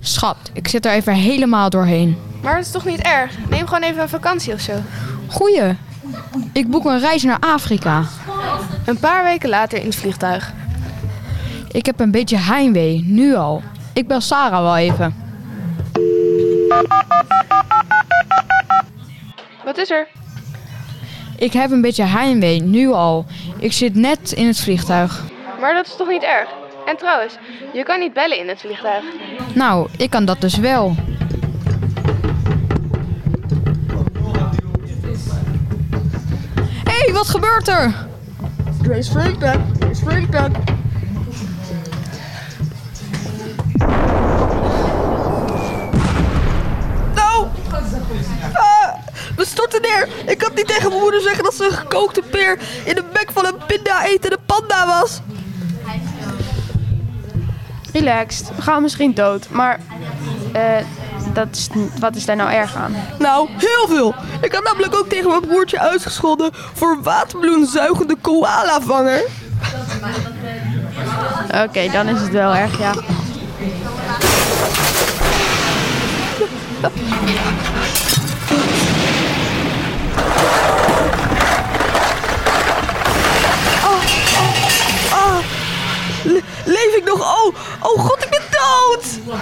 geschrapt. Ik zit er even helemaal doorheen. Maar het is toch niet erg? Neem gewoon even een vakantie of zo. Goeie. Ik boek een reis naar Afrika. Een paar weken later in het vliegtuig. Ik heb een beetje heimwee, nu al. Ik bel Sarah wel even. Wat is er? Ik heb een beetje heimwee, nu al. Ik zit net in het vliegtuig. Maar dat is toch niet erg? En trouwens, je kan niet bellen in het vliegtuig. Nou, ik kan dat dus wel. Hé, hey, wat gebeurt er? Grace Franklin, Grace Franklin. Nou! Ah, we storten neer. Ik kan niet tegen mijn moeder zeggen dat ze een gekookte peer in de bek van een pinda etende panda was. Relaxed. We gaan misschien dood, maar eh, dat is, wat is daar nou erg aan? Nou, heel veel. Ik had namelijk ook tegen mijn broertje uitgescholden voor een waterbloemzuigende koalavanger. Oké, dan is het wel erg, ja. Le- leef ik nog? Oh, oh god, ik ben dood!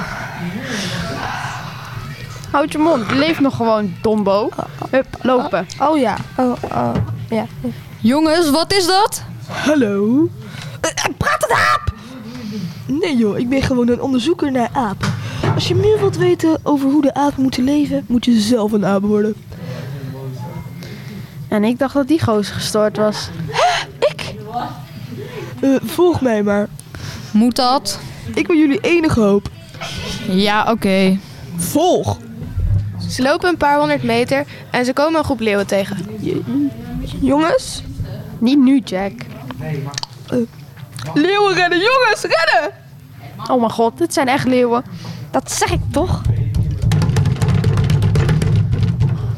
Houd je mond. Leef nog gewoon, dombo. Hup, lopen. Oh ja. Oh, oh. Ja. Jongens, wat is dat? Hallo? Eh, eh, praat het aap! Nee joh, ik ben gewoon een onderzoeker naar apen. Als je meer wilt weten over hoe de apen moeten leven, moet je zelf een aap worden. En ik dacht dat die gozer gestoord was. Eh, volg mij maar. Moet dat? Ik ben jullie enige hoop. Ja, oké. Volg! Ze lopen een paar honderd meter en ze komen een groep leeuwen tegen. Jongens? Niet nu, Jack. Leeuwen rennen, jongens, rennen! Oh mijn god, dit zijn echt leeuwen. Dat zeg ik toch?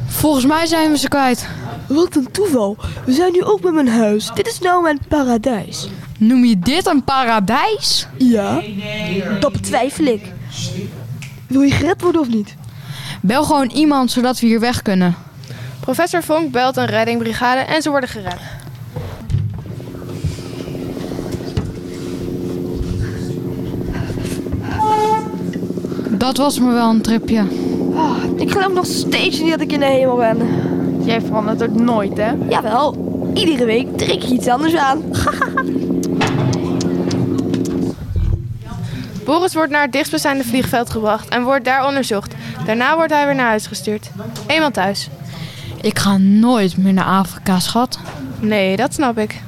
Volgens mij zijn we ze kwijt. Wat een toeval. We zijn nu ook bij mijn huis. Dit is nou mijn paradijs. Noem je dit een paradijs? Ja? Dat betwijfel ik. Wil je gered worden of niet? Bel gewoon iemand zodat we hier weg kunnen. Professor Vonk belt een reddingbrigade en ze worden gered. Dat was me wel een tripje. Ah, ik geloof nog steeds niet dat ik in de hemel ben. Jij verandert ook nooit, hè? Jawel. Iedere week drink je iets anders aan. Boris wordt naar het dichtstbijzijnde vliegveld gebracht en wordt daar onderzocht. Daarna wordt hij weer naar huis gestuurd. Eenmaal thuis. Ik ga nooit meer naar Afrika, schat. Nee, dat snap ik.